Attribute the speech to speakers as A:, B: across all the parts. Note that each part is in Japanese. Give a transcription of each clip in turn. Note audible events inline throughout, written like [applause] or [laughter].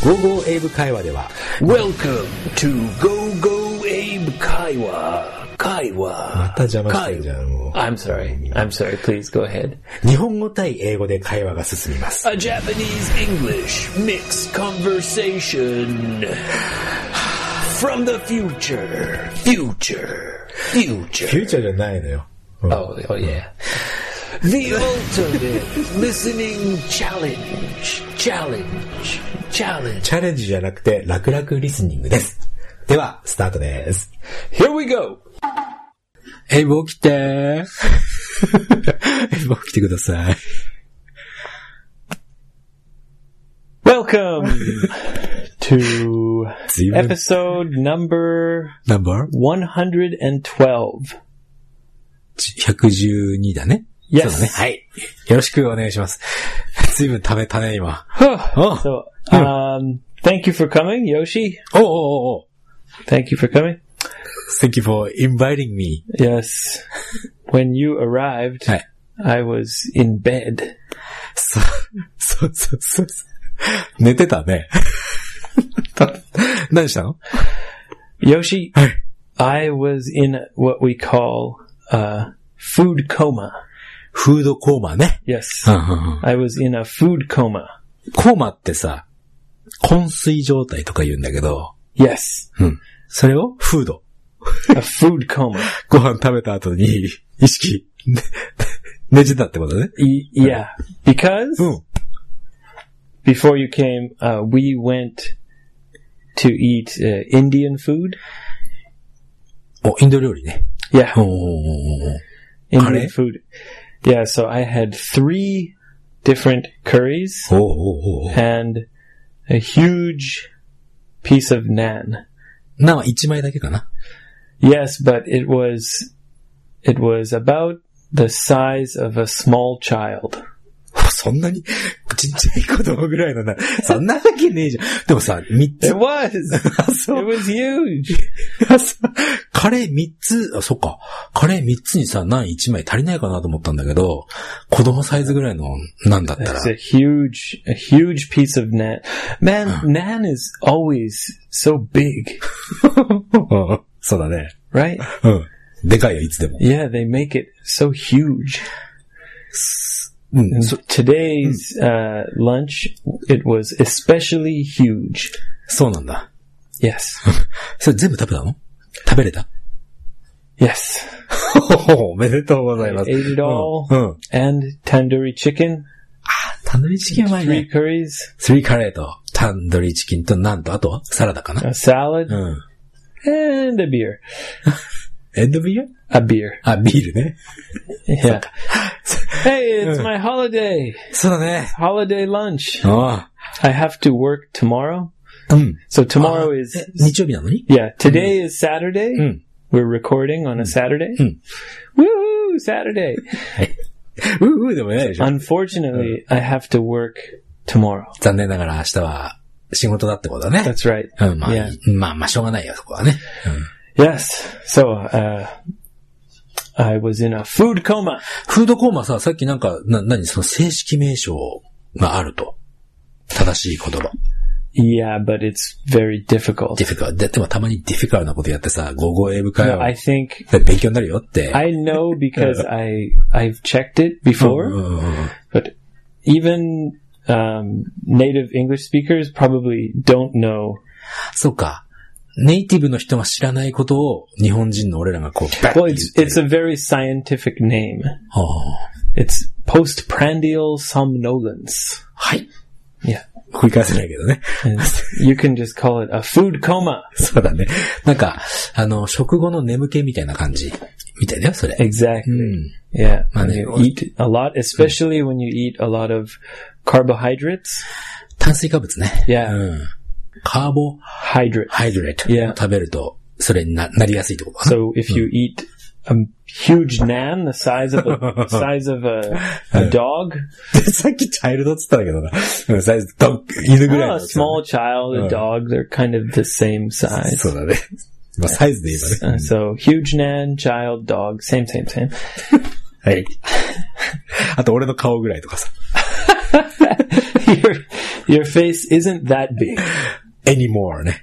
A: GoGo 英語会話では
B: Welcome to Go Go Abe Kaiwa. Kaiwa.
A: また邪魔してるじゃんもう
B: I'm sorry. I'm sorry. Please go ahead.
A: 日本語対英語で会話が進みます
B: A Japanese English mixed conversation from the future. Future.
A: フュ
B: Future.
A: ーチャーじゃないのよ、うん
B: Oh, oh yeah. The ultimate listening challenge. Challenge. Challenge.
A: チャレンジじゃなくて楽々リスニングですではスタートです
B: Here we go.
A: [laughs] 英語起きて英語起きてください
B: Welcome to
A: 随分
B: episode number
A: ナンバー
B: 112.
A: 112だね
B: Yes.
A: そうだね。はい。よろしくお願いし [laughs] ます。随分溜めたね、今。Oh.
B: So, um, thank you for coming, Yoshi.
A: おうおうおうおう
B: Thank you for coming.
A: Thank you for inviting me.
B: Yes. When you arrived,
A: はい。
B: I was in bed.
A: そう、そうそうそうそう。寝てたね。 [laughs] た何したの
B: Yoshi,
A: はい。
B: I was in what we call, uh, food coma.
A: フードコーマね。
B: Yes.
A: コ
B: I was in a food coma.
A: ーマってさ、昏睡状態とか言うんだけど、
B: Yes.
A: うん。それをフード。
B: A food coma.
A: ご飯食べた後に意識、ね寝てたってことね。
B: Y- yeah. Because
A: うん。
B: before you came, uh, we went to eat uh, Indian food.
A: お、インド料理ね。
B: Yeah,
A: おーおーおー curry?
B: Indian food. Yeah, so I had three different curries
A: おーおーおーおー。
B: and a huge piece of naan.
A: なは一枚だけかな。
B: Yes, but it was it was about the size of a small child.
A: [laughs] そんなに、ちっちゃい子供ぐらいのな。そんなわけねえじゃん。でもさ、三つ [laughs]
B: It。was.
A: あ、そ
B: [laughs] it
A: う。
B: was huge.
A: あそう [laughs] カレー三つ、あ、そっか。カレー三つにさ、何一枚足りないかなと思ったんだけど、子供サイズぐらいの、なんだったら
B: It's。a huge, a huge piece of nan. Man, nan is always so big,
A: うんそうだね。
B: right?
A: うん。でかいよ、いつでも。
B: Yeah, they make it so huge.
A: うん。
B: And
A: そ
B: today's uh, lunch, it was especially huge.
A: そうなんだ。
B: Yes,
A: それ全部食べたの食べれた
B: yes.
A: [laughs] おめでとうござい
B: I
A: ます。
B: ate it all
A: うん。うん
B: and tandoori chicken,
A: タンドリーチキンは
B: three。curries,
A: スリーカレーと、タンドリーチキンと、なんと、あとはサラダかな
B: a salad,
A: うん。
B: and a beer.
A: エンドビール
B: A beer.
A: あ、ビールね。
B: Yeah. Hey, it's my holiday,
A: そうだね。
B: holiday lunch.
A: あ
B: I have to work tomorrow.
A: あ。うん。
B: So tomorrow is
A: え日曜日なのに
B: yeah. Today is Saturday.
A: Mm.
B: We're recording on a Saturday.
A: Mm.
B: Woo! Saturday.
A: ううでもないでしょ。
B: Unfortunately, I have to work tomorrow.
A: 残念ながら明日は仕事だってことだね。
B: That's right.
A: うん、まあ、
B: Yeah.
A: まあ、まあ、しょうがないよ、そこはね。
B: Yes. So uh, I was in a food coma.
A: フードコーマさ、さっきなんか、な、なに、その正式名称があると。正しい言葉。
B: Yeah, but it's very difficult.
A: ディフィカル。で、でもたまにディフィカルなことやってさ、語語英語会
B: No,
A: 話
B: I think
A: 勉強になるよって。
B: I know because I I've checked it before.
A: うんうんうん
B: but even um, native English speakers probably don't know.
A: そうか。ネイティブの人が知らないことを日本人の俺らがこう、バッて
B: Well,
A: 言
B: it's
A: ってる
B: it's a very scientific name.
A: はあ
B: It's postprandial somnolence.
A: はい。
B: Yeah,
A: 繰り返せないけどね。
B: and you can just call it a food coma.
A: [laughs] そうだね。なんか、あの、食後の眠気みたいな感じ。みたいだよ、それ。
B: Exactly.
A: うん。
B: Yeah, when
A: Money
B: you
A: or-
B: eat a lot, especially when you eat a lot of carbohydrates.
A: 炭水化物ね。
B: Yeah.
A: うん。カーボ
B: Hydrate.
A: ハイドレート
B: Yeah.
A: 食べると、それにななりやすいってことかな。
B: So if you eat a huge nan the size of a size of a, a dog,
A: [laughs] さっきチャイルドっつったんだけどな。うんサイズ、ドッグ犬ぐらい
B: Well,
A: の
B: a small child, a
A: Uh.
B: dog, they're kind of the same
A: 大き
B: size.
A: さねそうだね。まあ、サイズで言えば
B: Uh,
A: ね。
B: so huge nan, child, dog, same, same, same. [laughs]
A: [laughs] はい。あと、俺の顔ぐらいとかさ。
B: Your
C: Your face isn't that big
A: anymore ね。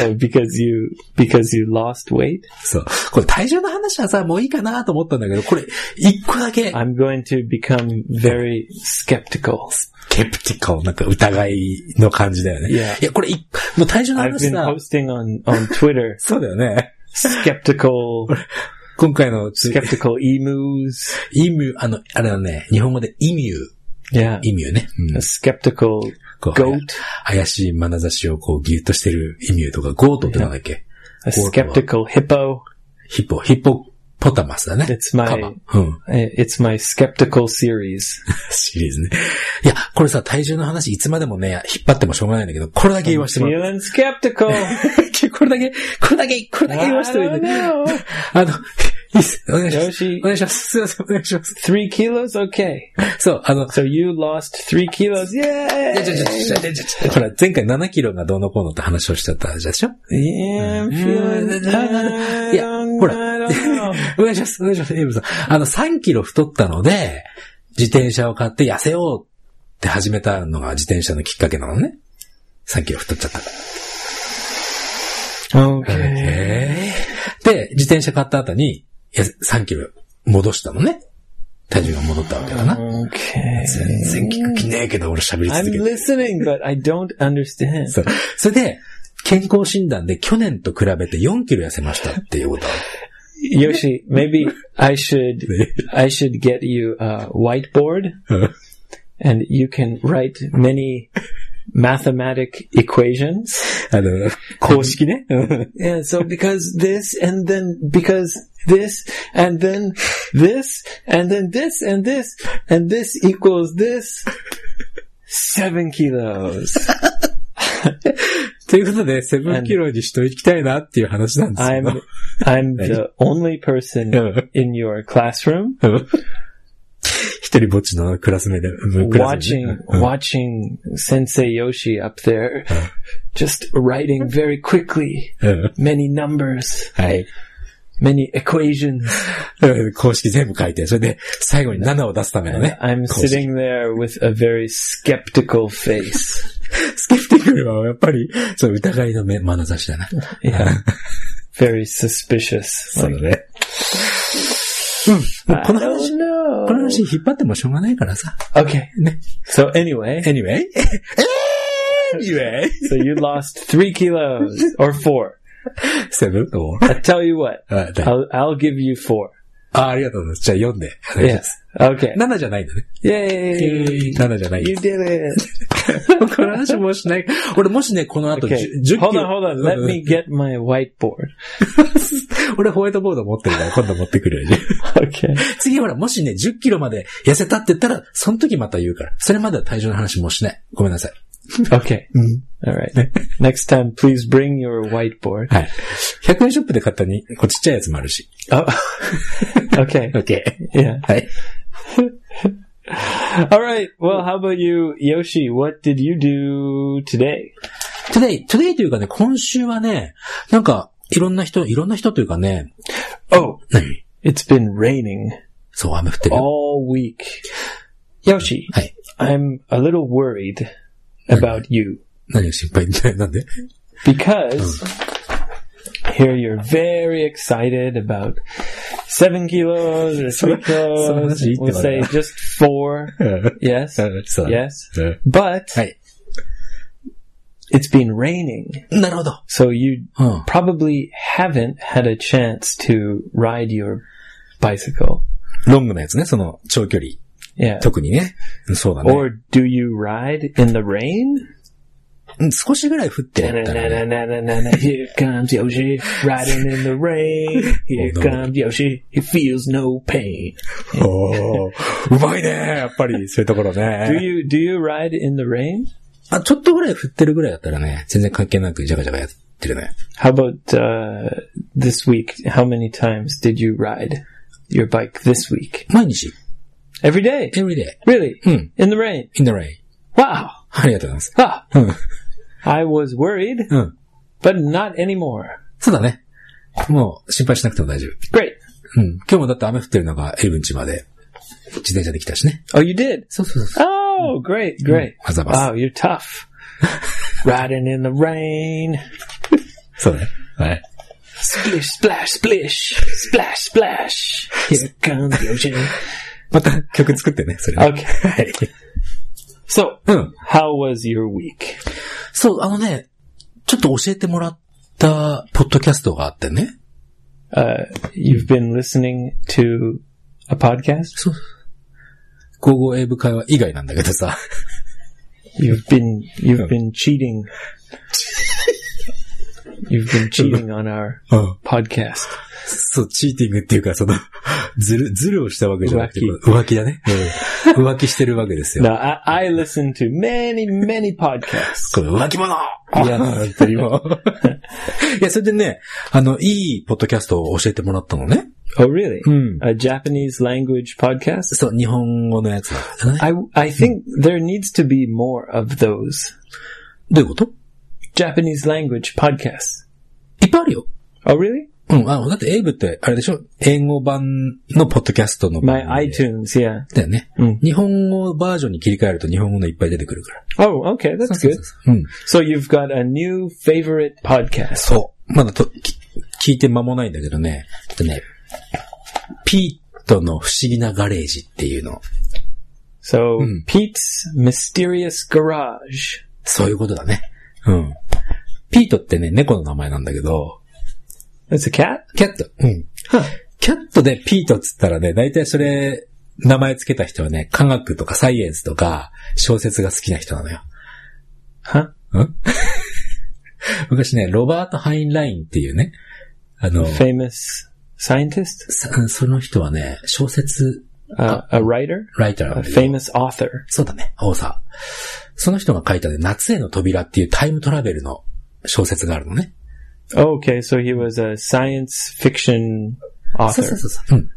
C: uh, because you because you lost weight.
A: そう。これ体重の話はさ、もういいかなと思ったんだけど、これ、一個だけ、
C: I'm going to become very skeptical.
A: ケプティカル、なんか疑いの感じだよね。
C: いや
A: いや、これい、もう体重の
C: I've
A: 話
C: been
A: さ、
C: posting on on Twitter
A: そうだよね。
C: [laughs] skeptical
A: 今回のつ、
C: skeptical emus.
A: イミュー、あの、あれだね、日本語でイミュー、
C: Yeah,
A: イミューね。うん
C: a skeptical
A: こう
C: goat,
A: 怪しい眼差しをこうギュッとしてるイミューとか、ゴートってなんだっけ
C: a
A: Goat.
C: skeptical hippo.
A: ヒッポ、ヒッポポタマスだね。
C: It's my
A: カバ。うん。
C: it's my skeptical series.
A: シリーズね。いや、これさ、体重の話いつまでもね、引っ張ってもしょうがないんだけど、これだけ言わしてもらう。
C: Feeling [laughs] skeptical.
A: これだけ、これだけ、これだけ
C: I
A: 言わしてる
C: don't
A: んで。
C: know. [laughs]
A: あの、いいっす。お願いします。
C: Yoshi,
A: お願いします。すいません、お願いします。
C: three kilos, okay.
A: そう、あの、
C: So you lost three kilos,
A: いやちょ
C: yay!
A: ちょちょちょちょちょほら、前回7キロがどうのこうのって話をしちゃったじゃでしょ
C: Mm-hmm. [laughs] Yeah, I'm feeling. I
A: いや、
C: don't-
A: ほら
C: I don't [laughs] know.
A: [laughs] お願いします、お願いします、エイブさん。あの、3キロ太ったので、自転車を買って痩せようって始めたのが自転車のきっかけなのね。3キロ太っちゃったから。
C: Okay.
A: へーで、自転車買った後に、や3キロ戻したのね。体重が戻ったわけだな。
C: Okay.
A: 全然聞く気ねえけど、俺喋り
C: I'm
A: 続けて。
C: listening, but I don't understand.
A: そう。それで、健康診断で去年と比べて4キロ痩せましたっていうこと。
C: Yoshi, maybe I should I should get you a whiteboard and you can write many mathematic equations.
A: あの、 [laughs] 公式ね。
C: Yeah, so because this and then because this and then this and then this and this and this equals this seven kilos.
A: ということで、セブンキロにしといきたいなっていう話なんですけ
C: I'm
A: ど。
C: I'm the only person in your classroom
A: [laughs] 一人ぼっちのクラスメート、クラスメー
C: watching watching Sensei Yoshi up there just writing very quickly
A: トうん。
C: many numbers,
A: はい。
C: many equations.
A: 公式全部書いて、それで最後に7を出すためのね。
C: I'm
A: 公式
C: sitting there with a very skeptical face.
A: スケプティクルはやっぱり、そう、疑いの目、眼差しだな。
C: Yeah. Very suspicious.
A: そう
C: Like,
A: だね。うん。もう
C: I
A: この話、
C: don't
A: この
C: know.
A: 話引っ張ってもしょうがないからさ。
C: Okay.
A: ね。
C: So
A: [laughs]
C: anyway,
A: Anyway? anyway?
C: so you lost three kilos or four.
A: Seven or?
C: I tell you what,
A: あ、だ
C: I'll, I'll give you four.
A: あありがとうございます。じゃあ読んで。
C: Yes. Okay.
A: 7じゃないんだね。
C: Yay!
A: 7じゃない。
C: You did it.
A: [laughs] この話もうしない。俺もしね、この後
C: Okay.
A: 10 10キロ。
C: Hold on, hold on. Let me get my whiteboard.
A: [laughs] 俺ホワイトボード持ってるから、今度持ってくるよね。
C: [laughs] Okay.
A: [laughs] 次ほら、もしね、10キロまで痩せたって言ったら、その時また言うから。それまでは体重の話もうしない。ごめんなさい。
C: Okay. All right. Next time, please bring your whiteboard. [laughs]
A: はい。100円ショップで買ったに、こうちっちゃいやつもあるし。
C: Oh. okay.
A: OK。
C: Yeah.
A: はい。
C: All right. Well, how about you, Yoshi? What did you do today?
A: Today, today というかね、今週はね、なんか、いろんな人、いろんな人というかね、
C: Oh,
A: 何
C: it's been raining
A: そう、雨降ってる。
C: all week. Yoshi,
A: はい。
C: I'm a little worried about you
A: 何が心配 [laughs] って、なんで
C: because here you're very excited about seven kilos or three kilos.
A: Samaji,
C: We'll say just four.
A: う
C: Yes.
A: んそうだね
C: Yes. But
A: はい。
C: it's been raining,
A: なるほど。
C: so you
A: うん。
C: probably haven't had a chance to ride your bicycle.
A: ロングのやつね、その、長距離。
C: Yeah.
A: 特にね。そうだね。
C: Or do you ride in the rain?
A: うん少しぐらい降ってやったらね。
C: Na-na-na-na-na-na-na. Here comes Yoshi, riding in the rain. Here
A: Oh, no.
C: comes Yoshi, he feels no pain.
A: [laughs] おーうまいねやっぱり、そういうところ
C: Do
A: ね。
C: you do you ride in the rain?
A: [laughs] あ、ちょっとぐらい降ってるぐらいだったらね、全然関係なく、じゃがじゃがやってるね。
C: How about uh, this week? How many times did you ride your bike this week?
A: 毎日、
C: Every day.
A: every day,
C: Really?
A: Hmm.
C: In the rain.
A: in the rain.
C: Wow.
A: ありがとうございます。
C: Ah,
A: うん。
C: I was worried,
A: うん。
C: but not anymore.
A: そうだね。もう、心配しなくても大丈夫。
C: Great.
A: うん。今日もだって雨降ってるのがエイブンチまで、自転車で来たしね。
C: Oh, you did?
A: そうそうそう。
C: Oh, Oh, great, great.
A: あざます。
C: Wow, you're tough. Riding in the rain.
A: そうね。はい。
C: Splish, splash, splish. Splash, splash. Here comes the ocean.
A: また曲作ってね、それ、ね。
C: Okay.
A: はい。
C: So,
A: うん。
C: how was your week?
A: そう、あのね、ちょっと教えてもらったポッドキャストがあってね。
C: Uh, you've been listening to a podcast?
A: 高校英語会話以外なんだけどさ。
C: You've been,
A: Yeah.
C: you've been cheating. You've been cheating on our
A: うん。
C: podcast.
A: そう、チーティングっていうか、その、 [laughs] ずる、ずるをしたわけじゃなくて、
C: 浮
A: 浮気だね。うん。浮気してるわけですよ。
C: Now, I, I listen to many, many podcasts.
A: これ浮気者いや、なんて今。 [laughs] いや、それでね、あの、いいポッドキャストを教えてもらったのね。
C: Oh, really?
A: ん。
C: A Japanese language podcast?
A: そう、日本語のやつなんだよね。
C: I, I think there needs to be more of those
A: どういうこと
C: Japanese language podcasts.
A: いっぱいあるよ。
C: Oh, really?
A: うん、あの、だってエイブって、あれでしょ英語版のポッドキャストの
C: My
A: 番組で
C: iTunes, yeah.
A: だよね。
C: うん
A: 日本語バージョンに切り替えると日本語のいっぱい出てくるから。
C: Oh, okay, that's
A: そう
C: good.
A: そうそう。うん。
C: So you've got a new favorite podcast.
A: そう。まだと、き聞いて間もないんだけどね。えっとね、ピートの不思議なガレージっていうの。
C: So
A: Mm.
C: Pete's Mysterious Garage.
A: そういうことだね。うん。ピートってね、猫の名前なんだけど、
C: It's a cat?
A: キャット。うん。キャットでピートっつったらね、大体それ、名前つけた人はね、科学とかサイエンスとか小説が好きな人なのよ。
C: Huh?
A: [laughs] 昔ね、ロバート・ハインラインっていうね、あの、
C: Famous scientist?
A: さその人はね、小説
C: Uh, a writer?
A: ライターなんだ
C: A
A: けど
C: famous author.
A: そうだね、王さ。その人が書いたね、夏への扉っていうタイムトラベルの小説があるのね。
C: Oh, okay, so he was a science fiction
A: そうそ
C: author.
A: うそうそう。うん。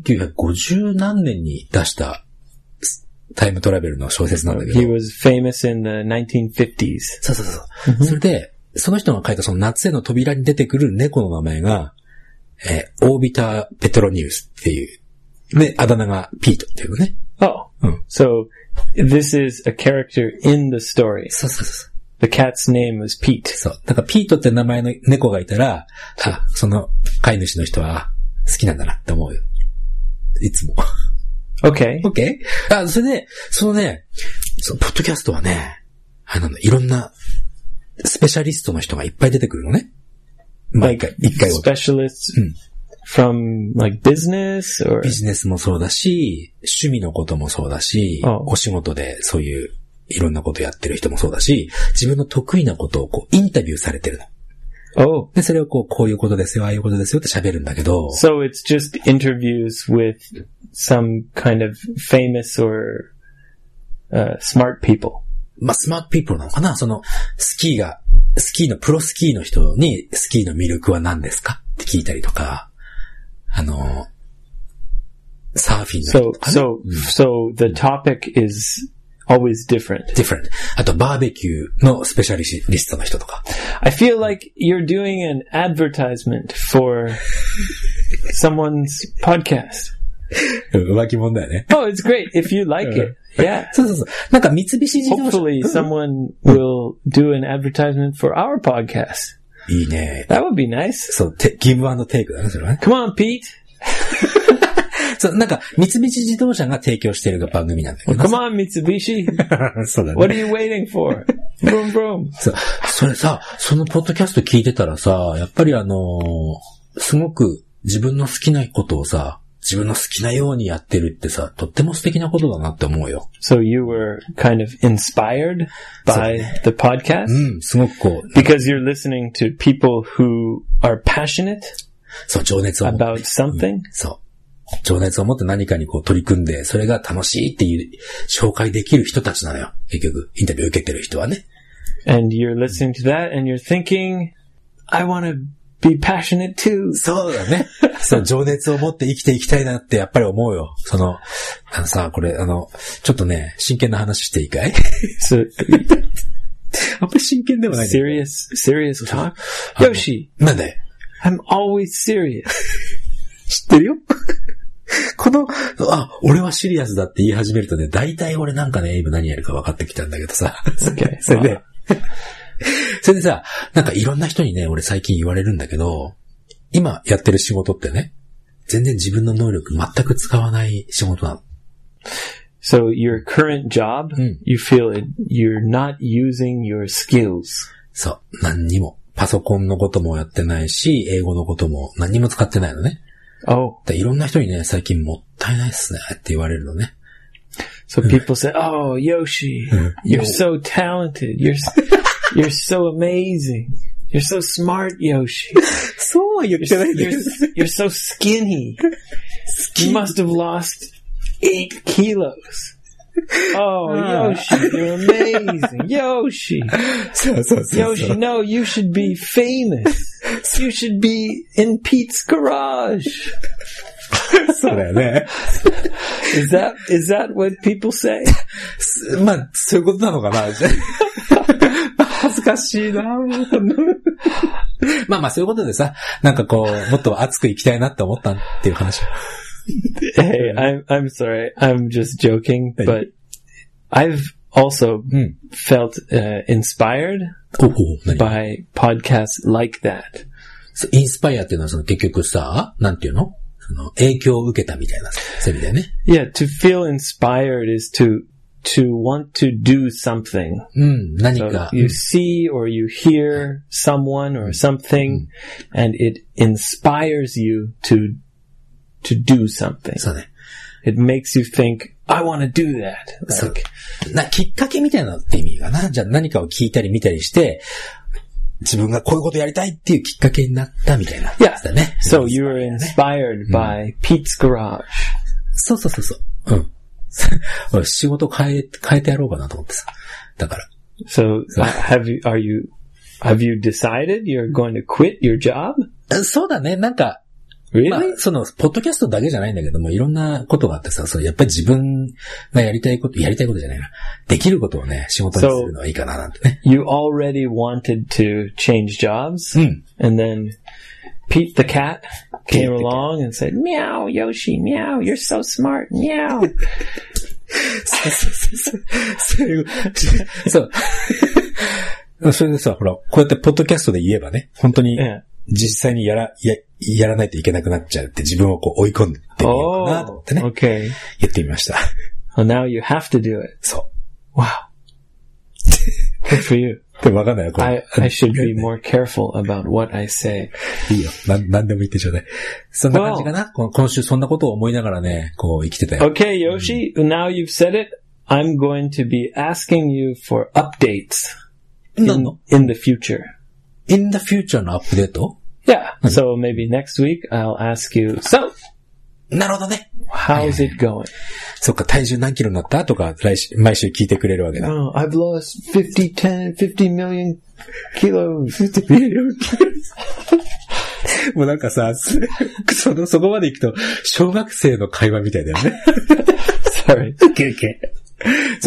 A: 1950何年に出したすタイムトラベルの小説なんだけど
C: He。was famous in the 1950s.
A: そうそうそう。それで、その人が書いたその夏への扉に出てくる猫の名前が、えーオービター・ペトロニウスっていう。で、あだ名がピートっていうのね。
C: Oh,
A: Mm.
C: so this is a character in the story.
A: そうそうそう。
C: The cat's name was Pete.
A: そう。だから、ピートって名前の猫がいたら、あ、その飼い主の人は好きなんだなって思うよ。いつも。 [laughs]
C: Okay.
A: OK? あ、それで、そのね、そのポッドキャストはね、あの、いろんなスペシャリストの人がいっぱい出てくるのね。毎
C: Like
A: 回、一回ごと。
C: specialists
A: Mm.
C: from like business or
A: ビジネスもそうだし、趣味のこともそうだし、
C: ああ
A: お仕事でそういういろんなことやってる人もそうだし、自分の得意なことをこうインタビューされてるの。
C: oh,
A: で、それをこう、こういうことですよ、ああいうことですよって喋るんだけど、
C: So it's just interviews with some kind of famous or uh, smart people.
A: まあ、スマートピープルなのかなその、スキーが、スキーの、プロスキーの人に、スキーの魅力は何ですかって聞いたりとか、あの、サーフィンの人
C: So
A: とかね。
C: so so the topic is always different.
A: different. あと、バーベキューのスペシャリストの人とか。
C: I feel like you're doing an advertisement [laughs] for someone's podcast.
A: うん [laughs] 浮気者だよね。
C: Oh, it's great if you like it. Yeah.
A: そうそうそう。なんか、三菱自動車。
C: Hopefully someone will do an advertisement for our podcast.
A: いいね。
C: That would be nice.
A: そう、てギブアンドテイクだね、それはね。
C: Come on, Pete.
A: そう、なんか、三菱自動車が提供してる番組なんだけ
C: Come on, Mitsubishi.
A: ど。 [laughs] そうだね
C: What are you waiting for? Boom, boom.
A: そうそれさ、そのポッドキャスト聞いてたらさ、やっぱりあのーすごく自分の好きなことをさ、自分の好きなようにやってるってさ、とっても素敵なことだなって思うよ。
C: So you were kind of inspired by the podcast
A: うん、すごくこう、
C: because you're listening to people who are passionate
A: そう、情熱を持って、
C: about something.
A: そう。情熱を持って何かにこう取り組んで、それが楽しいっていう、紹介できる人たちなのよ。結局、インタビュー受けてる人はね。
C: And you're listening to that and you're thinking, I want to be passionate too.
A: そうだね。 [laughs] そう、情熱を持って生きていきたいなってやっぱり思うよ。その、あのさ、これ、あの、ちょっとね、真剣な話していいかい [laughs]
C: [laughs]
A: あ
C: So
A: んまり真剣でもないんだけど
C: serious, serious talk. Um, Yoshi,
A: なんだよ
C: I'm always serious.
A: 知ってるよこの、あ、俺はシリアスだって言い始めるとね、大体俺なんかね、今何やるか分かってきたんだけど [laughs] さ。
C: Okay, so there.
A: それでさ、なんかいろんな人にね、俺最近言われるんだけど、今やってる仕事ってね、全然自分の能力全く使わない仕事なの。
C: So your current job,
A: Mm.
C: you feel it, you're not using your skills.
A: そう、何にも。パソコンのこともやってないし、英語のことも何にも使ってないのね。
C: Oh,
A: でいろんな人にね、最近もったいないっすねって言われるのね。
C: so people say, "Oh, Yoshi,
A: Mm.
C: you're
A: Yo.
C: so talented. You're s- [laughs] you're so amazing. You're so smart, Yoshi.
A: そうは言って
C: You're s- you're so skinny. You must have lost eight kilos." Oh,
A: Ah.
C: Yoshi, you're amazing. Yoshi.
A: [laughs] そうそうそうそ
C: Yoshi,
A: う。
C: no, you should be famous. You should be in Pete's garage.
A: そうだよね。
C: Is that is that what people say?
A: すまあ、そういうことなのかな。 [laughs] 恥ずかしいな、もうまあまあ、そういうことでさ、なんかこう、もっと熱くいきたいなって思ったっていう話。
C: [laughs] Hey, I'm I'm sorry. I'm just joking,
A: Hey.
C: but I've also
A: Mm.
C: felt uh, inspired
A: おお、何
C: by podcasts like that.
A: そうインスパイアっていうのはその結局さ、なんていうのその影響を受けたみたいな、そういう意味だよね。
C: Yeah, to feel inspired is to to want to do something.
A: うん、何
C: So
A: か。
C: you see or you hear someone or something, and it inspires you to to do something.
A: そうね。
C: It makes you think, "I want to do that." Like,
A: な、きっかけみたいなのって意味かな。じゃあ何かを聞いたり見たりして、自分がこういうことやりたいっていうきっかけになったみたいな。
C: Yeah.
A: だね。
C: so you were inspired by Pete's Garage.
A: そうそうそうそう。うん。 [laughs] 俺仕事変え、変えてやろうかなと思ってさ。だから。
C: So uh, have you? Are you? Have you decided you're going to quit your job?
A: あそうだね。なんか、まあ
C: Really?、
A: その、ポッドキャストだけじゃないんだけども、いろんなことがあってさ、そのやっぱり自分がやりたいこと、やりたいことじゃないな。できることをね、仕事にするのはいいかななんてね。
C: You already wanted to change jobs,
A: Hmm.
C: and then Pete the cat
A: the
C: came
A: cat.
C: along and said, "Meow, Yoshi, meow. You're so smart,
A: [laughs]
C: meow."
A: そうそうそうそう。そう。 [laughs] それでさ、ほら、こうやってポッドキャストで言えばね、本当に
C: Yeah.
A: 実際にやら、や、やらないといけなくなっちゃうって自分をこう追い込んでみようかなと思
C: Oh,
A: ってね、
C: okay.
A: 言ってみました。
C: Well, now you have to do it.
A: そ [laughs]
C: Wow. Good for you.
A: う。でもわかんないよ、こ
C: I,
A: れ。
C: I should be more careful about what I say.
A: [laughs] いいよ。なん、なんでも言ってちょうだい。そんな感じかなこの今週そんなことを思いながらね、こう生きてたよ。
C: Okay, Yoshi, now you've said it. I'm going to be asking you for updates
A: 何
C: in,
A: の
C: in the future.
A: ?in the future のアップデート
C: Yeah. So maybe next week I'll ask you, so
A: なるほどね。
C: how's it going?
A: そっか、体重何キロになったとか、来週、毎週聞いてくれるわけだ。
C: Oh, I've lost 50, 10, 50 million kilos. [laughs]
A: もうなんかさ、 [laughs] すその、そこまで行くと、小学生の会話みたいだよね。
C: Sorry.
A: そう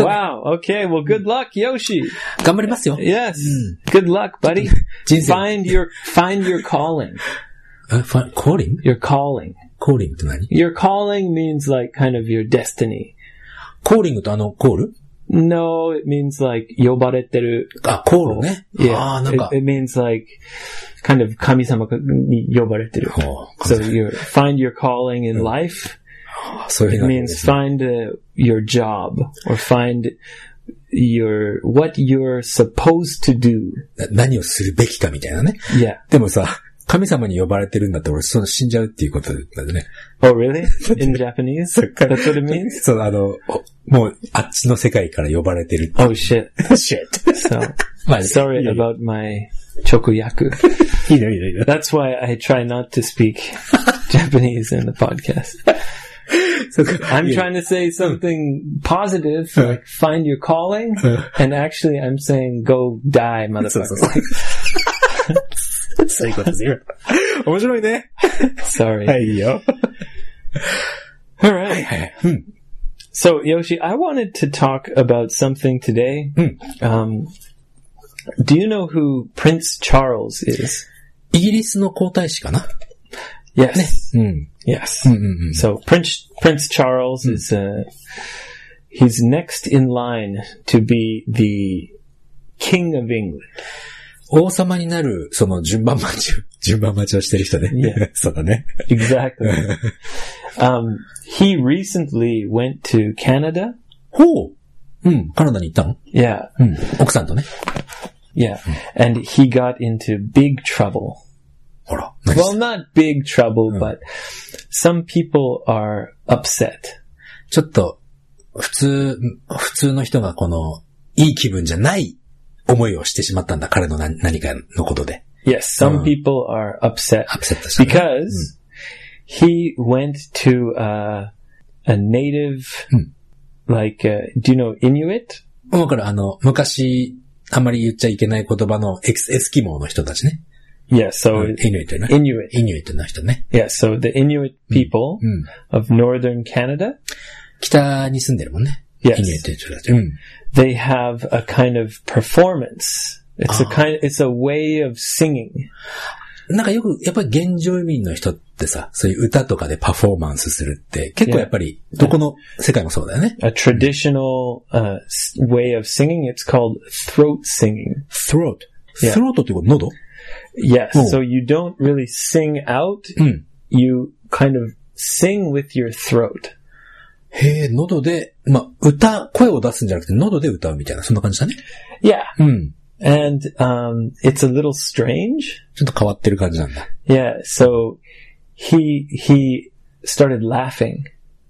C: Wow. Okay. Well, good luck, Yoshi.
A: 頑張りますよ。
C: Yes. Good luck, buddy.
A: Jinsen.
C: find your find your calling.
A: あ、ファ、コーリン
C: Your calling.
A: コーリングって何
C: Your calling means like kind of your destiny.
A: コーリングとあの、コール
C: No, it means like 呼ばれてる
A: あ、コールね。ああ、なんか
C: it, it means like kind of 神様に呼ばれてる。
A: ほう
C: So you find your calling in life
A: そういう
C: It
A: ふうに
C: means find uh, your job or find your what you're supposed to do.
A: な何をするべきかみたいなね。
C: Yeah.
A: でもさ、神様に呼ばれてるんだって俺、その死んじゃうっていうことだよね。
C: Oh, really? In Japanese? That's what it means.
A: そのあの、おもう、あっちの世界から呼ばれてる。
C: Oh shit.
A: shit.
C: So
A: [laughs] まあ、
C: sorry
A: いいよ
C: about my chokuyaku.
A: いいのいいのいいの
C: That's why I try not to speak Japanese in the podcast.
A: そっか
C: I'm
A: いいよ
C: trying to say something positive, like find your calling, and actually I'm saying go die,
A: そうそ
C: motherfucker.
A: う [laughs] そう。そういうことですよ。面白いね。
C: Sorry.
A: い、いいよ。
C: All right. Hmm. So Yoshi, I wanted to talk about something today. Um, do you know who Prince Charles is?
A: イギリスの皇太子かな
C: Yes.
A: うん。う
C: Yes.
A: んうんうん。
C: So Prince Prince Charles is uh, he's next in line to be the King of England.
A: 王様になる、その順番待ちを、 [laughs] 順番待ちをしてる人ね。
C: Yeah.
A: [laughs] そうだね。
C: [laughs] Exactly. um, he recently went to Canada.
A: ほううん、カナダに行ったの
C: Yeah,
A: うん。奥さんとね。
C: yeah, and he got into big trouble.
A: ほら。何し
C: Well, not big trouble, but some people are upset.
A: ちょっと、普通、普通の人がこの、いい気分じゃない思いをしてしまったんだ。彼の何何かのことで。
C: Yes, some
A: Mm.
C: people are upset
A: アップセットしたね、
C: because he went to uh, a native,
A: Mm.
C: like, uh, do you know Inuit?
A: うん。だからあの、昔、あまり言っちゃいけない言葉のエクスエスキモーの人たちね。
C: Yeah, so
A: イヌイトね。
C: Inuit.
A: イヌイトの人ね。
C: Yeah, so the Inuit people
A: うん。
C: of northern Canada,
A: 北に住んでるもんね。
C: Yes.
A: イヌイトの人たち。うん。
C: they have a kind of performance. It's a kind, it's a way of singing.
A: なんかよく、やっぱり現状移民の人ってさ、そういう歌とかでパフォーマンスするって、結構やっぱり、どこの世界もそうだよね。
C: a traditional uh, s- way of singing. It's called throat singing.
A: throat.
C: Yeah.
A: throat っていうこと喉
C: Yes.
A: Oh.
C: So you don't really sing out.
A: Mm.
C: You kind of sing with your throat.
A: へえ、喉で、まあ、歌、声を出すんじゃなくて喉で歌うみたいな、そんな感じだね。
C: Yeah.
A: うん。
C: And um, it's a little strange.
A: ちょっと変わってる感じなんだ。
C: Yeah. So he he started laughing.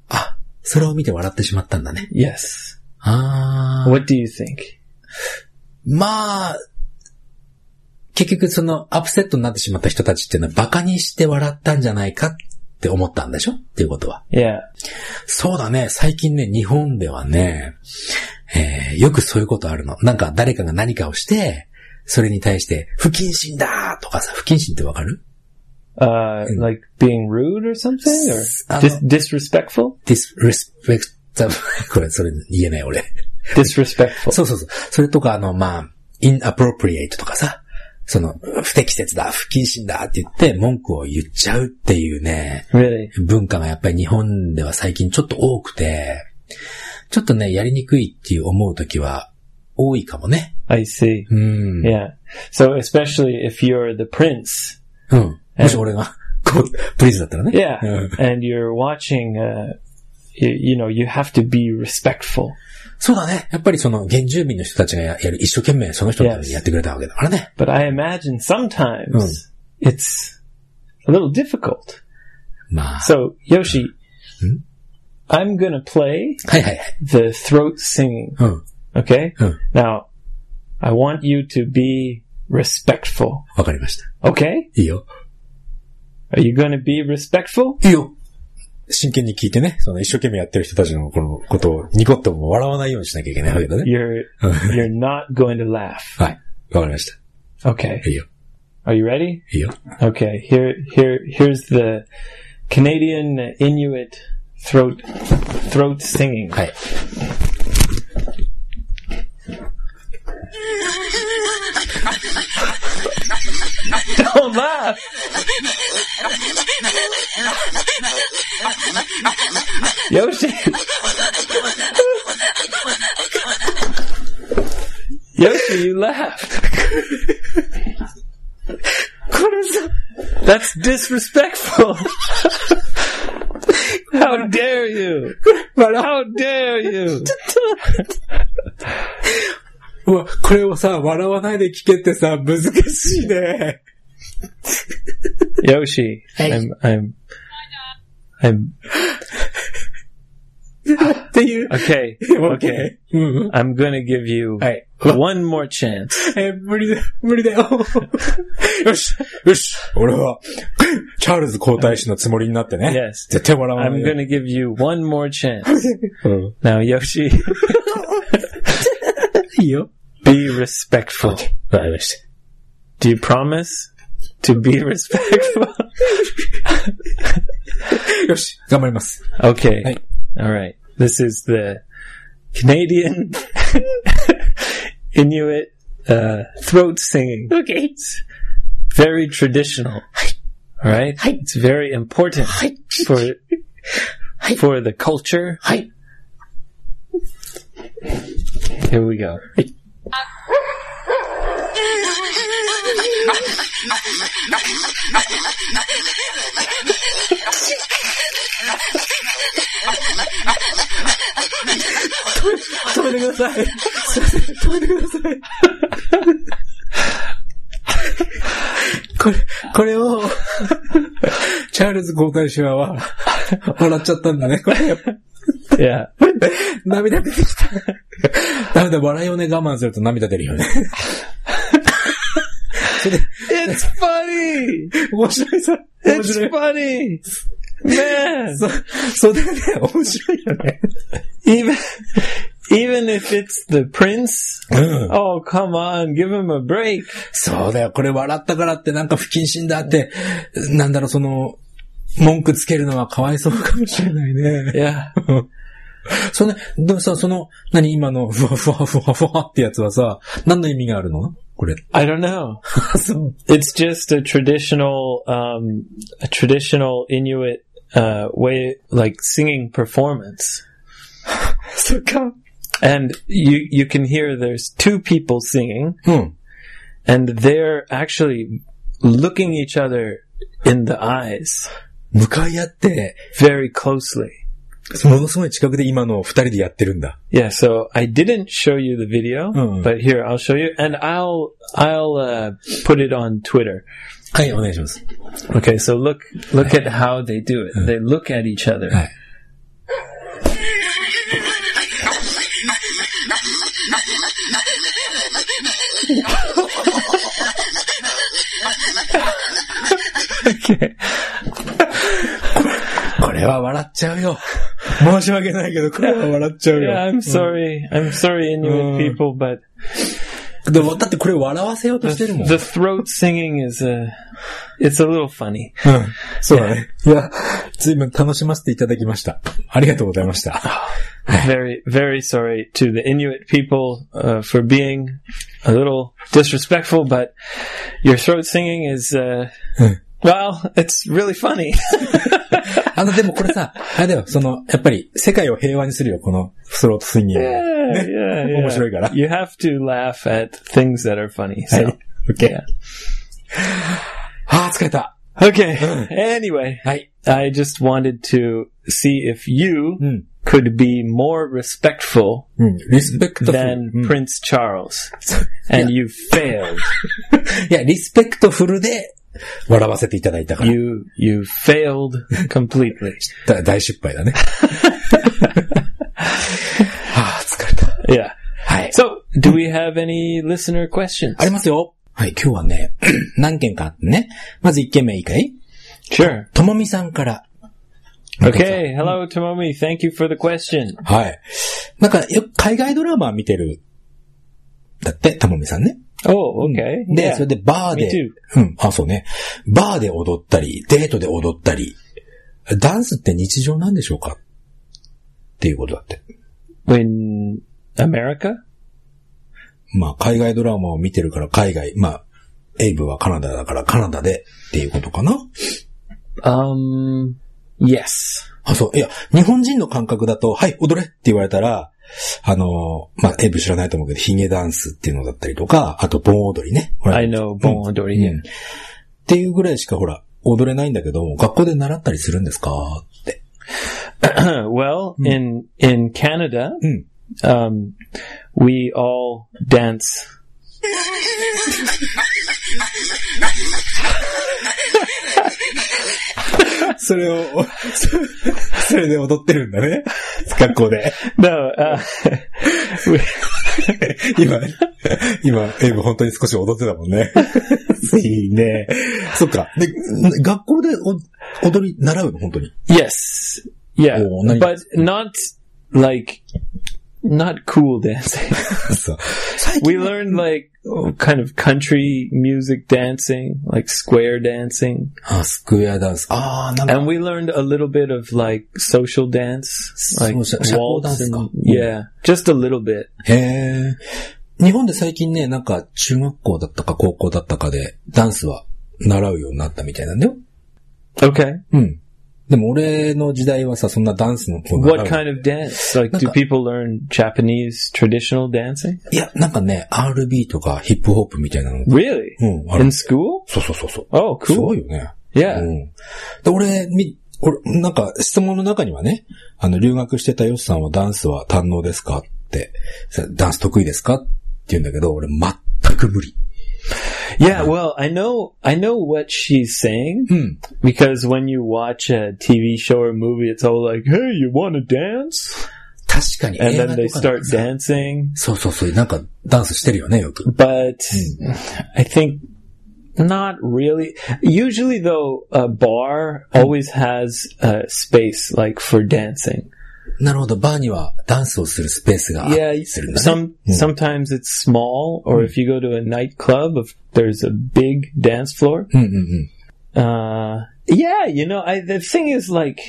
A: あ、それを見て笑ってしまったんだね。
C: Yes.
A: あー。
C: What do you think?
A: まあ、結局そのアップセットになってしまった人たちっていうのはバカにして笑ったんじゃないかって思ったんでしょっていうことは。
C: Yeah.
A: そうだね。最近ね、日本ではね、えーよくそういうことあるの。なんか誰かが何かをして、それに対して、不謹慎だーとかさ、不謹慎ってわかる
C: Uh, Like being rude or something, or
A: Hmm. S- I
C: dis- disrespectful.
A: ?disrespect, [laughs] これ、それ言えない俺。
C: Disrespectful.
A: そうそうそう。それとか、あの、まあ、inappropriate とかさ、その、不適切だ、不謹慎だって言って、文句を言っちゃうっていうね、
C: Really.
A: 文化がやっぱり日本では最近ちょっと多くて、ちょっとね、やりにくいっていう思うときは多いかもね。
C: I see.
A: うん。
C: Yeah. So especially if you're the prince,
A: うん。もし俺が、こう、プリーズだったらね。
C: yeah,
A: うん
C: and you're watching, uh, you, you know, you have to be respectful.
A: そうだね。やっぱりその原住民の人たちがややる一生懸命その人のためにやってくれたわけだからね。
C: But I imagine sometimes
A: Mm.
C: it's a little difficult.
A: まあ。
C: So Yoshi,
A: Mm.
C: I'm gonna play
A: はいはいはい。
C: the throat singing.
A: うん。
C: Okay.
A: Mm.
C: Now, I want you to be respectful.
A: わかりました。
C: Okay.
A: いいよ。
C: Are you gonna be respectful?
A: いいよ。真剣に聞いてね、その一生懸命やってる人たちのこのことをニコッとも笑わないようにしなきゃいけないわけだね。
C: You're, you're not going to laugh.
A: はい。わかりました。
C: Okay.
A: いいよ。
C: Are you ready?
A: いいよ。
C: Okay, here, here, here's the Canadian Inuit throat throat singing.
A: はい。
C: Don't laugh. Yoshi. Yoshi, you laughed.
A: これさ、
C: That's disrespectful. How dare you? How dare you?
A: うわこれをさ、笑わないで聞けってさ、難しいね。
C: Yoshi, I'm, I'm, I'm,
A: っていう。
C: okay,
A: オ
C: okay.
A: ー。うん。
C: I'm gonna give you
A: はい。
C: one more chance.
A: えー無理だ、無理だよ。よし、よし、俺は、チャールズ皇太子のつもりになってね。
C: Yes.
A: 絶対笑わない
C: I'm
A: よ。
C: gonna give you one more chance.
A: うん。
C: Now, Yoshi,
A: いいよ。
C: be respectful.
A: わかりまし
C: Do you promise to be [laughs] respectful?
A: た。よし、頑張ります。
C: Okay.
A: Hey.
C: All right. This is the Canadian [laughs] Inuit uh, throat singing.
A: Okay.
C: Very traditional. right?
A: Hi.
C: It's very important
A: はい。
C: for
A: はい。
C: for the culture.
A: はい。
C: Here we go.
A: 止めてください。すいません、止めてください。これ、これを、チャールズ皇太子は、笑っちゃったんだね。これ、
C: Yeah.
A: 涙出てきた。ダメだ、笑いをね、我慢すると涙出るよね。
C: It's funny!
A: [laughs] 面白いさ。面
C: It's
A: 白い。
C: funny!
A: [laughs]
C: Man!
A: そ、それね、面白いよね。
C: Even, even if it's the prince,
A: うん。
C: oh come on, give him a break.
A: そうだよ。これ笑ったからってなんか不謹慎だって、なんだろう、その、文句つけるのはかわいそうかもしれないね。
C: Yeah.
A: その、でもさ、その、何今の、ふわふわふわふわってやつはさ、何の意味があるのこれ。
C: I don't know.
A: [laughs] そう。
C: It's just a traditional, um, a traditional Inuit, uh, way, like singing performance.
A: そっか。
C: And you, you can hear there's two people singing
A: うん。
C: and they're actually looking each other in the eyes
A: 向かい合って、
C: very closely.
A: ものすごい近くで今の二人でやってるんだ。
C: Yeah, so I didn't show you the video,
A: Mm.
C: but here I'll show you, and I'll I'll uh, put it on Twitter.
A: はい、お願いします。
C: Okay, so look look at how they do it. They look at each other.
A: Right.
C: okay.
A: これは笑っちゃうよ。申し訳ないけど、これは笑っちゃう
C: Yeah,
A: よ。
C: I'm sorry. I'm sorry,
A: Mm.
C: Inuit people, but
A: でも、だってこれ笑わせようとしてるもん。
C: the throat singing is a it's a little funny.
A: うん。そうだね。いや、随分楽しませていただきました。ありがとうございました。
C: Very very sorry to the Inuit people uh, for being a little disrespectful, but your throat singing is. Uh,
A: Mm.
C: Well, it's really funny. [laughs]
A: あの、でもこれさ、あれだよ、その、やっぱり、世界を平和にするよ、この、スロートスインギング。
C: yeah, yeah, yeah.
A: 面白いから。
C: You have to laugh at things that are funny.
A: はい
C: So.。
A: OK
C: Yeah.。
A: ああ、疲れた。
C: [laughs] Okay. Anyway,
A: はい。
C: I just wanted to see if you
A: うん。
C: could be more respectful
A: うん。リスペクトフル。
C: than
A: うん
C: Prince Charles. And you failed.
A: いや、リスペクトフルで、笑わせていただいたから。
C: You you failed completely.
A: だ大失敗だ [laughs] ね。ああ、疲れた。
C: Yeah.
A: はい。
C: So, do we have any listener questions?
A: ありますよ。はい、今日はね、 [clears throat] 何件かあってね。まず1件目いいかい
C: Sure.
A: ともみさんから。
C: Okay. Hello, Tomomi. Thank you for the question.
A: はい。なんか、よく海外ドラマ見てる。だって、ともみさんね。
C: Oh, okay.
A: で、
C: Yeah.
A: それでバーで
C: Me too.、
A: うん、あ、そうね。バーで踊ったり、デートで踊ったり、ダンスって日常なんでしょうかっていうことだって。
C: In America?
A: まあ、海外ドラマを見てるから海外、まあ、エイブはカナダだからカナダでっていうことかな
C: Um, yes.
A: あ、そう。いや、日本人の感覚だと、はい、踊れって言われたら、あのーまあ、エイブ知らないと思うけど、ヒゲダンスっていうのだったりとか、あと、盆踊りね。ほら
C: I know 盆踊り
A: うんうんっていうぐらいしか、ほら、踊れないんだけど、学校で習ったりするんですかって。
C: [clears throat] well, in in Canada,
A: うん。
C: um, we all dance.
A: それを、それで踊ってるんだね。 [laughs] 学校で。
C: No, uh, [laughs] we,
A: [laughs] 今、今、エイブ本当に少し踊ってたもん
C: [laughs]
A: ね。いいね。そっか。で、学校でお踊り習うの本当に。
C: yes, yeah,
A: Oh, nice.
C: but not like not cool dancing.
A: そう最
C: We
A: 近、
C: learned like kind of country music dancing, like square dancing,
A: あ、スクエアダンス。ああ、なんか、
C: and we learned a little bit of like social dance, like
A: Social- 社交
C: waltz,
A: ダンスか。
C: and, yeah, just a little bit.
A: へえ。日本で最近ね、なんか、中学校だったか高校だったかで、ダンスは習うようになったみたいなんだよ。
C: Okay.
A: うん。でも俺の時代はさ、そんなダンスのこう
C: What kind of dance? Like, do people learn Japanese traditional dancing?
A: いや、なんかね、RB とかヒップホップみたいなの。
C: Really?
A: うん、ある
C: In。school?
A: そうそうそうそう。
C: Oh,
A: すご
C: cool.
A: いよね。う
C: Yeah.
A: ん。で、俺、み、俺、なんか質問の中にはね、あの、留学してたヨシさんはダンスは堪能ですかって、さダンス得意ですかって言うんだけど、俺全く無理。
C: Yeah, well, I know, I know what she's saying
A: うん。
C: because when you watch a TV show or movie, it's all like, hey, you want to dance?
A: 確かに
C: And
A: 映
C: then
A: 画と
C: they
A: かだ
C: start
A: とさ
C: dancing.
A: そうそうそう。なんかダンスしてるよね、よく。
C: But I think not really. Usually though, a bar always has a space like for dancing.
A: なるほど。バーにはダンスをするスペースがあった
C: yeah,
A: りするんだね。
C: some sometimes it's small, or if you go to a nightclub, if there's a big dance floor.
A: うんうんうん。
C: Uh, yeah, you know, I, the thing is like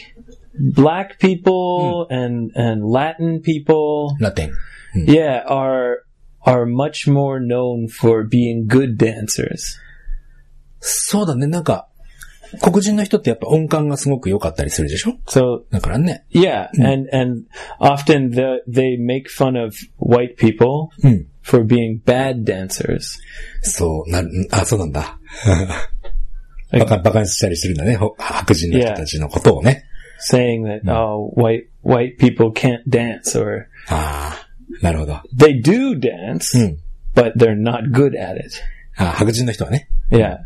C: black people and and Latin people,
A: ラテン。
C: yeah, are are much more known for being good dancers.
A: そうだね、なんか、黒人の人ってやっぱ音感がすごく良かったりするでしょ
C: So
A: だからね。
C: yeah,
A: Hmm.
C: and and often the, they make fun of white people
A: Hmm.
C: for being bad dancers.
A: そう、なる、あ、そうなんだ。バカ、バカにしたりするんだね。ほ白人の人たちのことをね。
C: saying that
A: Hmm.
C: oh white white people can't dance or
A: ああ、なるほど。
C: they do dance
A: うん。
C: but they're not good at it
A: あ白人の人はね。
C: yeah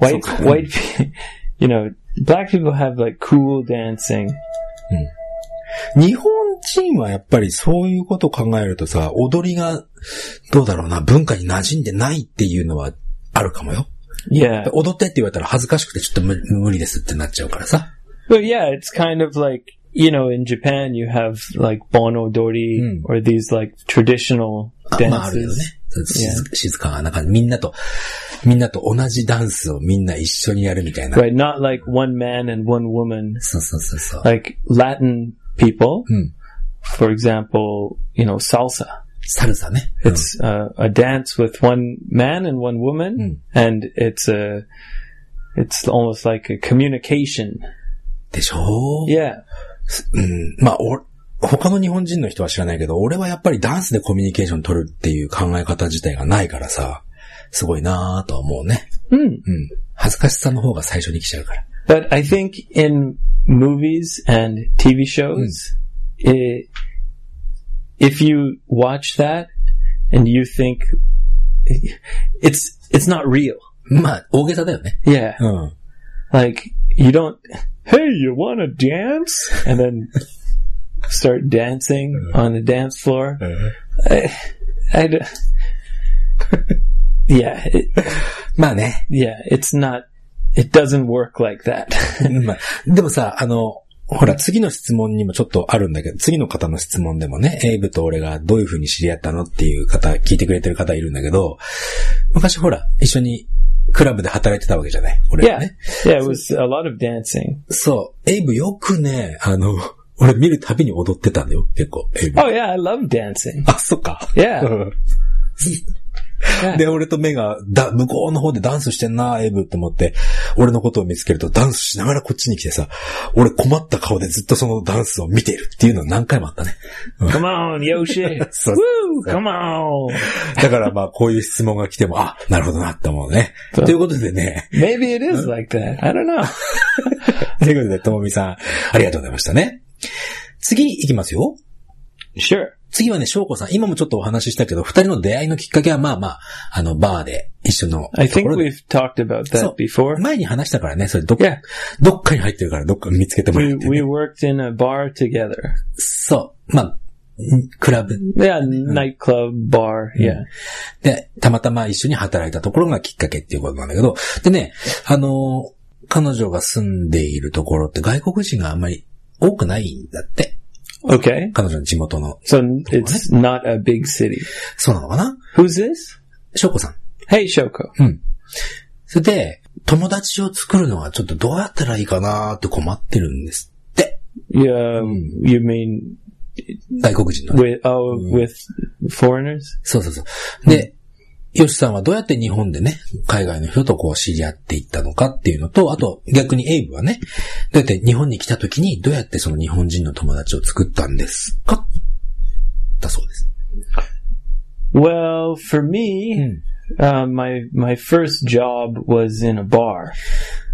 C: white
A: So-
C: white pe- [laughs] you know black people have like cool dancing
A: 日本人はやっぱりそういうことを考えるとさ、踊りが、どうだろうな、文化に馴染んでないっていうのはあるかもよ。
C: yeah
A: 踊ってって言われたら恥ずかしくてちょっと無無理ですってなっちゃうからさ。
C: but yeah it's kind of like you know in Japan you have like bono dori
A: Mm.
C: or these like traditional
A: あまああるよね
C: dances。
A: 静静かな感じ。みんなと、みんなと同じダンスをみんな一緒にやるみたいな。
C: right not like one man and one woman
A: そうそうそうそう。
C: like Latin people
A: うん。
C: for example you know salsa
A: サルサね。うん
C: It's uh, a dance with one man and one woman, and it's a it's almost like a communication.
A: でしょ
C: Yeah,
A: うん。まあ、お、他の日本人の人は知らないけど、俺はやっぱりダンスでコミュニケーション取るっていう考え方自体がないからさ、すごいなぁとは思うね。
C: Mm.
A: うん。恥ずかしさの方が最初に来ちゃうから。
C: but I think in movies and TV shows, i- if you watch that and you think it's it's not real.
A: まあ、大げさだよね。
C: Yeah,
A: うん。
C: like you don't. Hey, you want to dance? And then start dancing on the dance floor. I d- [laughs] yeah, it,
A: まあね。
C: yeah, it's not, it doesn't work like that. [laughs]
A: まあ、でもさ、あの、ほら、次の質問にもちょっとあるんだけど、次の方の質問でもね、エイブと俺がどういう風に知り合ったのっていう方、聞いてくれてる方いるんだけど、昔ほら、一緒にクラブで働いてたわけじゃない俺は
C: yeah,
A: ね。
C: yeah, it was a lot of dancing.
A: そう、エイブよくね、あの、 [laughs] 俺見るたびに踊ってたんだよ、結構、エイブ。
C: Oh yeah, I love dancing.
A: あ、そっか。
C: Yeah,
A: うんで、俺と目が、だ、向こうの方でダンスしてんな、エイブって思って、俺のことを見つけるとダンスしながらこっちに来てさ、俺困った顔でずっとそのダンスを見ているっていうのは何回もあったね。
C: come on, Yoshi.
A: そう
C: Woo, come on.
A: だからまあ、こういう質問が来ても、あ、なるほどなって思うね。
C: そう
A: ということでね、
C: Maybe it is like that. I don't know.
A: ということで、ともみさん、ありがとうございましたね。次行きますよ。
C: Sure.
A: 次はね、翔子さん、今もちょっとお話ししたけど、二人の出会いのきっかけはまあまあ、あの、バーで一緒の
C: I
A: とこ
C: think
A: ろで。
C: we've talked about
A: So,
C: that before.
A: 前に話したからね、それどっか
C: Yeah,
A: どっかに入ってるから、どっか見つけてもら [laughs]
C: we
A: って、ね。
C: we worked in a bar together.
A: そう。まあ、んクラブ
C: Yeah, nightclub bar. Yeah.
A: で、たまたま一緒に働いたところがきっかけっていうことなんだけど、でね、あのー彼女が住んでいるところって外国人があんまり多くないんだって。
C: Okay.
A: 彼女の地元の。
C: So it's not a big city.
A: そうなのかな
C: Who's this?
A: 翔子さん。
C: Hey, Shoko.
A: それで、友達を作るのはちょっとどうやったらいいかなーって困ってるんですって。
C: Yeah, you mean
A: 外国人の。
C: with oh with foreigners?
A: そうそうそう。で、ヨシさんはどうやって日本でね、海外の人とこう知り合っていったのかっていうのと、あと逆にエイブはね、どうやって日本に来た時にどうやってその日本人の友達を作ったんですかだそうです。
C: Well, for me, uh, my my first job was in a bar,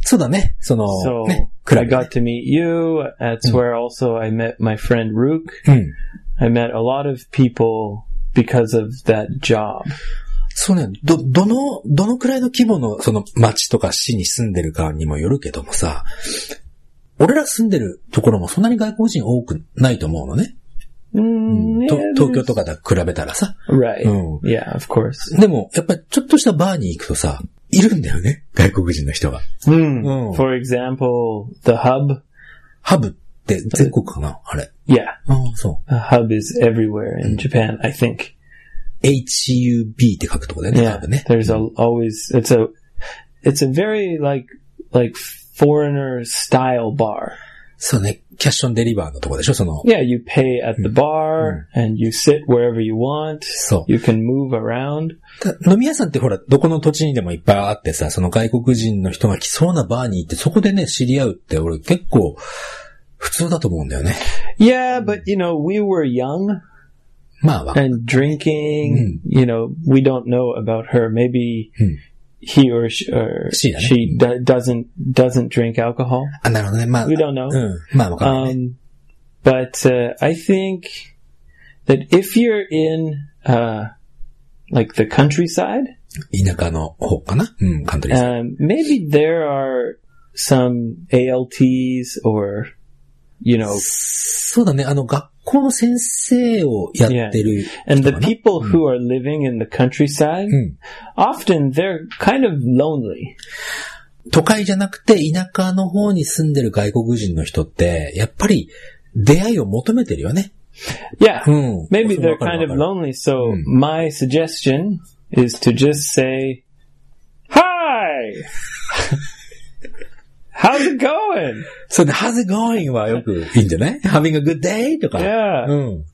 A: そうだね、その、[laughs]
C: so
A: ね、ク
C: I
A: ラブ、ね。
C: got to meet you. That's where also I met my friend Rook.
A: うん。
C: I met a lot of people because of that job.
A: そうね、ど、どの、どのくらいの規模のその町とか市に住んでるかにもよるけどもさ、俺ら住んでるところもそんなに外国人多くないと思うのね。
C: Mm,
A: と
C: yeah,
A: 東京とかと比べたらさ。
C: right?
A: Oh.
C: Yeah, of course.
A: でも、やっぱりちょっとしたバーに行くとさ、いるんだよね、外国人の人が。
C: Mm.
A: Oh.
C: For example, the hub.
A: ハブって全国かなあれ。
C: Yeah,
A: ああ、そ
C: a hub is everywhere in Japan. I think.
A: う。HUB って書くとこだよね、ハ
C: Yeah,
A: ブね。
C: there's a, always it's a it's a very like like foreigner style bar.
A: そうね、キャッションデリバーのとこでしょ、その、
C: Yeah, you pay at
A: Hmm.
C: the bar and you sit wherever you want.
A: そう。
C: You can move around.
A: た飲み屋さんってほら、どこの土地にでもいっぱいあってさ、その外国人の人が来そうなバーに行って、そこでね、知り合うって俺結構普通だと思うんだよね。
C: Yeah,
A: Hmm.
C: but you know, we were young
A: まあわ、
C: and drinking. You know, we don't know about her. Maybe
A: Hmm.
C: he or she, or
A: She doesn't.
C: she do- doesn't doesn't drink alcohol.
A: あ、なるほどね。まあ、
C: We don't know.
A: うん。まあわかんないね。
C: Um, but uh, I think that if you're in uh, like the countryside,
A: 田舎の方かなうん、カントリーさん。
C: um, maybe there are some ALTs or you know,
A: そうだね、あの、学校の先生をやってる
C: and
A: 人
C: the
A: かな。
C: people who are living in the countryside,
A: Mm.
C: often they're kind of lonely.
A: 都会じゃなくて田舎の方に住んでる外国人の人って、やっぱり出会いを求めてるよね。
C: Yeah,
A: うん。
C: maybe
A: そ
C: they're
A: わか
C: kind
A: る
C: of
A: わかる
C: lonely. So
A: Mm.
C: my suggestion is to just say, "Hi, [laughs] how's it going?"
A: そうね、how's it going? はよくいいんじゃない ?having a good day? とか。
C: Yeah.
A: うん。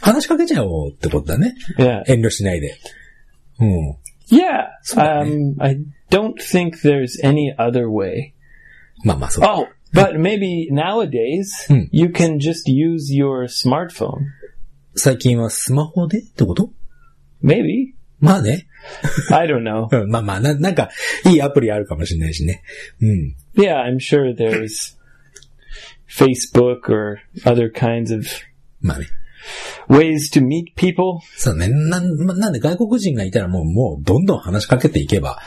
A: 話しかけちゃおうってことだね。
C: Yeah,
A: 遠慮しないで。うん。
C: yeah. Um, I don't think there's any other way.
A: まあまあそう。
C: Oh, but maybe nowadays
A: Hmm.
C: you can just use your smartphone.
A: 最近はスマホでってこと
C: Maybe
A: まあね。
C: I don't know.
A: うん、まあまあな、なんか、いいアプリあるかもしれないしね。うん。
C: Yeah, I'm sure there's Facebook or other kinds of
A: まあね。
C: ways to meet people.
A: そうね。なん、まなんで外国人がいたらもう、もうどんどん話しかけていけば、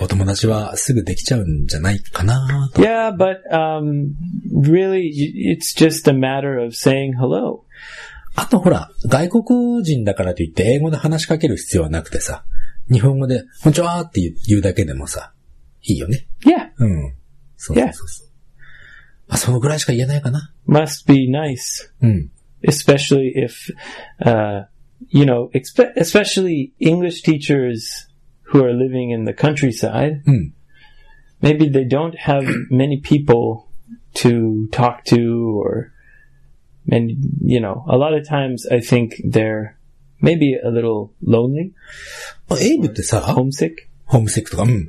A: お友達はすぐできちゃうんじゃないかなと。
C: Yeah, but um, really, y- it's just a matter of saying hello.
A: あとほら、外国人だからといって英語で話しかける必要はなくてさ、日本語で、こんにちはって言う言うだけでもさ、いいよね。
C: Yeah,
A: うん。そうそうそうそう。まあ、そのぐらいしか言えないかな。
C: must be nice.
A: うん。
C: especially if uh, you know expe- especially english teachers who are living in the countryside
A: うん。
C: maybe they don't have [clears throat] many people to talk to or and you know a lot of times i think they're maybe a little lonely
A: あエイブってさ、
C: homesick
A: ホームセックとか、うん。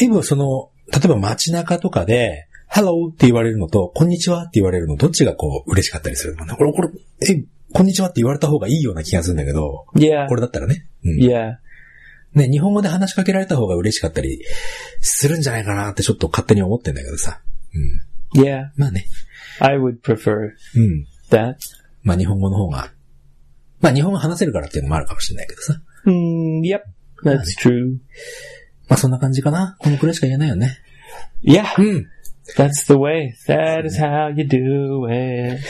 A: エイブはその、例えば街中とかで、Hello って言われるのと、こんにちはって言われるの、どっちがこう、嬉しかったりするのかな。これ、これ、エイブ、こんにちはって言われた方がいいような気がするんだけど、
C: yeah
A: これだったらね。うん。
C: yeah
A: ね、日本語で話しかけられた方が嬉しかったりするんじゃないかなってちょっと勝手に思ってんだけどさ。
C: yeah
A: まあね。
C: i would prefer
A: うん。
C: that
A: まあ日本語の方が。まあ日本語話せるからっていうのもあるかもしれないけどさ。
C: mm, yep that's true
A: まあそんな感じかな。このくらいしか言えないよね。
C: yeah
A: うん。
C: that's the way that is how you do it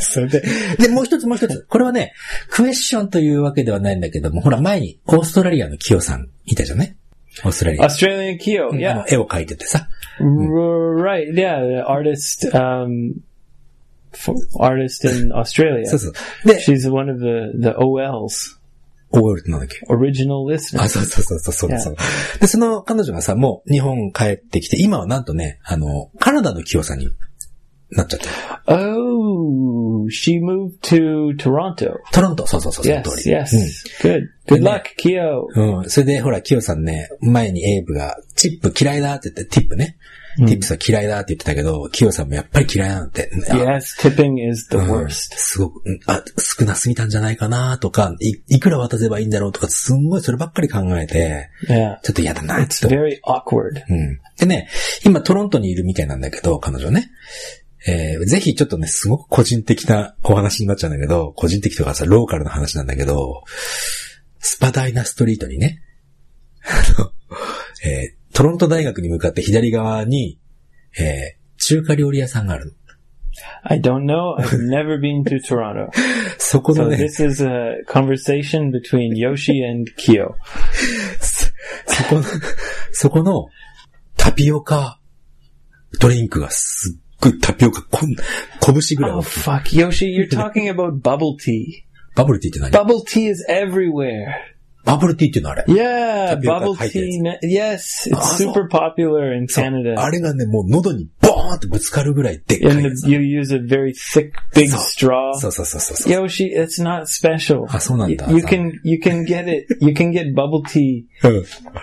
A: それで、で、もう一つもう一つ。これはね、クエスチョンというわけではないんだけども、ほら前にオーストラリアのキヨさんいたじゃないオーストラリア。
C: Australian Keo,
A: あ
C: yeah.
A: の絵を描いててさ。
C: Right, yeah, the artist, um, f- artist in
A: そ
C: Australia.
A: うそう。で、
C: She's one of the, the OLs,
A: オールってなんだっけ
C: original
A: あ、
C: listeners.
A: そうそうそうそうそうだそうだ。で、その彼女がさ、もう日本帰ってきて、今はなんとね、あの、カナダの清さんになっちゃってる。
C: Oh, she moved to Toronto.
A: トロント、そうそうそう、その
C: Yes,
A: 通り。
C: yes.
A: うん Yeah.
C: Good. Good luck, Kyo.
A: うん。それで、ほら、キヨさんね、前にエイブが、チップ嫌いだって言って、ティップね。テ
C: Hmm.
A: ィップさん嫌いだって言ってたけど、キヨさんもやっぱり嫌いなんて。あ
C: Yes, tipping is the
A: うん
C: worst.
A: すごく、うんあ、少なすぎたんじゃないかなとか、い、いくら渡せばいいんだろうとか、すんごいそればっかり考えて、
C: Yeah.
A: ちょっと嫌だなって
C: It's
A: 思って。
C: very awkward.
A: うん。でね、今トロントにいるみたいなんだけど、彼女ね。えーぜひちょっとね、すごく個人的なお話になっちゃうんだけど、個人的とかさ、ローカルの話なんだけど、スパダイナストリートにね、 [laughs] あの、えートロント大学に向かって左側に、えー中華料理屋さんがあるの。
C: I don't know. I've never been to Toronto.
A: そこ
C: So
A: のね、
C: this is a conversation between Yoshi and Kyo.
A: そこの、そこのタピオカドリンクがすっごいタピオカこん、拳ぐらい
C: Oh
A: の
C: fuck, Yoshi, you're talking about bubble tea.
A: バブルティーって何
C: Bubble tea is everywhere.
A: バブルティーっていうのあれ。
C: Yeah,
A: Tapioca
C: bubble
A: hide
C: tea.
A: it.
C: na- Yes, it's
A: Ah,
C: super popular in
A: そう
C: Canada.
A: あれがね、もう喉にボーンってぶつかるぐらいでっか
C: And
A: いや
C: the,
A: つ。
C: you use a very thick, big
A: So-
C: straw.
A: そうそうそうそうそう。
C: Yoshi, it's not special.
A: あ、そうなんだ。
C: You can you can get it. You can get bubble tea
A: うん。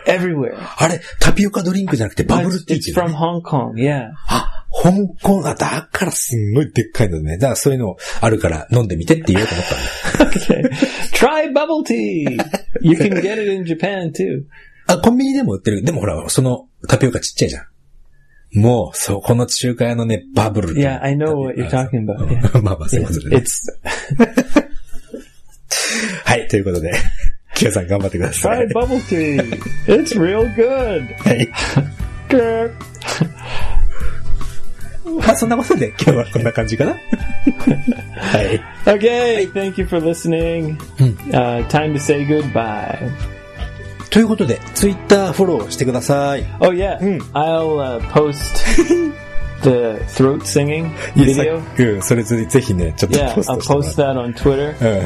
C: everywhere.
A: あれ、タピオカドリンクじゃなくてバブル
C: It's,
A: ティーってい
C: it's
A: うの
C: from
A: ね、
C: Hong Kong. Yeah.
A: あ、香港、あ、だからすんごいでっかいのね。だからそういうのあるから飲んでみてって言おうと思ったんだ。
C: Okay. Try bubble tea. You can get it in Japan too.
A: あ、コンビニでも売ってる。でもほら、そのタピオカちっちゃいじゃん。もう、そこの中華屋のね、バブルティー
C: Yeah, I know what you're talking about. Yeah.
A: [laughs] まあまあ、そういうことでね。
C: It's
A: はい、ということで、キヨさん頑張ってくださ
C: try
A: い。
C: [laughs] bubble tea. It's real good.
A: はい。まあ、そんなことで、今日はこんな感じ
C: [laughs]
A: かな。はい。
C: Okay, thank you for listening. Uh, time to say goodbye.
A: ということで、ツイッターフォローしてください。
C: Oh yeah, I'll uh, [laughs] post the throat singing video.
A: うん、それぜぜひね、ちょっと
C: Yeah,
A: ポス
C: I'll
A: トしても
C: post that on Twitter.
A: らう。うん。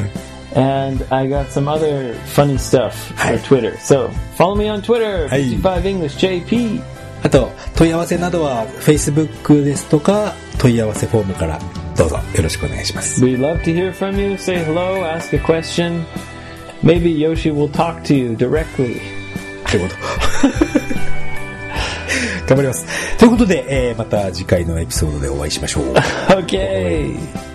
C: And I got some other funny stuff
A: Hi.
C: for Twitter. So follow me on Twitter,
A: Hi.
C: 55 English JP.
A: あと、問い合わせなどは、Facebook ですとか、問い合わせフォームから、どうぞよろしくお願いします。
C: We'd love to hear from you. Say hello, ask a question. Maybe Yoshi will talk to you directly.
A: ということ。 [laughs] [laughs] 頑張ります。ということで、えーまた次回のエピソードでお会いしましょう。
C: Okay.